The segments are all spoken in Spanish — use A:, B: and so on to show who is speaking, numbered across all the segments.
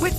A: With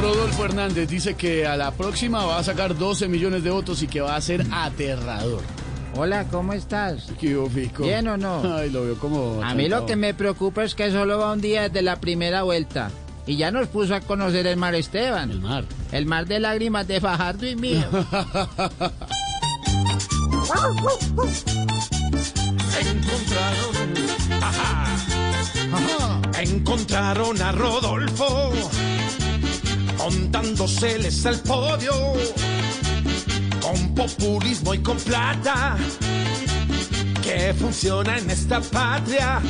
B: Rodolfo Hernández dice que a la próxima va a sacar 12 millones de votos y que va a ser aterrador.
C: Hola, ¿cómo estás?
B: ¿Qué hubo, Fico?
C: ¿Bien o no?
B: Ay, lo veo como...
C: A mí lo que me preocupa es que solo va un día desde la primera vuelta. Y ya nos puso a conocer el mar Esteban.
B: El mar.
C: El mar de lágrimas de Fajardo y mío.
D: Encontraron, ajá. encontraron a Rodolfo montándoseles al podio con populismo y con plata que funciona en esta patria.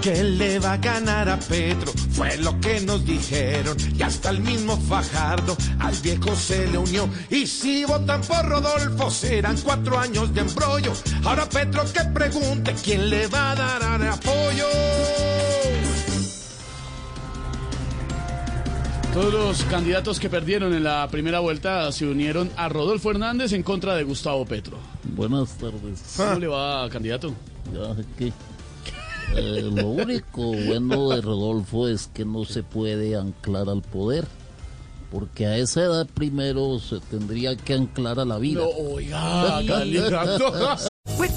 D: Que le va a ganar a Petro, fue lo que nos dijeron. Y hasta el mismo Fajardo al viejo se le unió. Y si votan por Rodolfo, serán cuatro años de embrollo. Ahora Petro que pregunte quién le va a dar apoyo.
B: Todos los candidatos que perdieron en la primera vuelta se unieron a Rodolfo Hernández en contra de Gustavo Petro.
E: Buenas tardes.
B: ¿Cómo le va, candidato?
E: Ya, ¿qué? Eh, lo único bueno de Rodolfo es que no se puede anclar al poder, porque a esa edad primero se tendría que anclar a la vida.
B: No, oiga, candidato.
A: With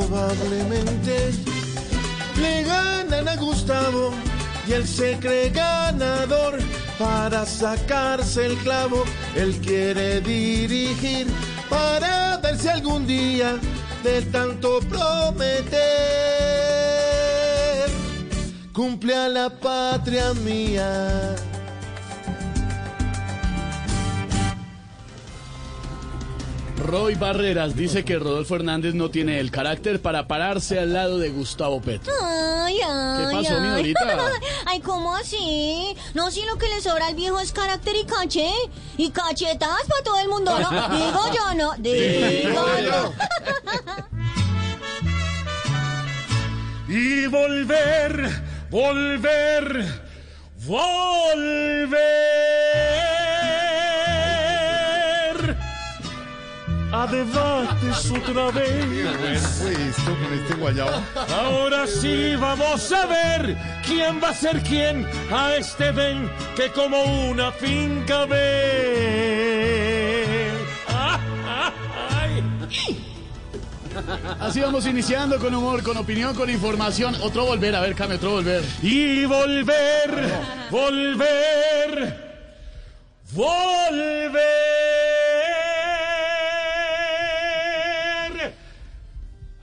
D: Probablemente le ganan a Gustavo y él se cree ganador para sacarse el clavo. Él quiere dirigir para verse algún día de tanto prometer. Cumple a la patria mía.
B: Roy Barreras dice que Rodolfo Hernández no tiene el carácter para pararse al lado de Gustavo Petro.
F: Ay, ay,
B: pasó, mi
F: ay.
B: Dorita?
F: ay, ¿cómo así? No, si lo que le sobra al viejo es carácter y caché. Y cachetadas para todo el mundo, ¿no? Digo yo, ¿no? Digo yo.
D: y volver, volver, volver a debates otra vez. Ahora sí vamos a ver quién va a ser quién a este Ben que como una finca ve. Ah, ah, ay.
B: Así vamos iniciando con humor, con opinión, con información. Otro volver, a ver, Cami, otro volver.
D: y volver, volver, volver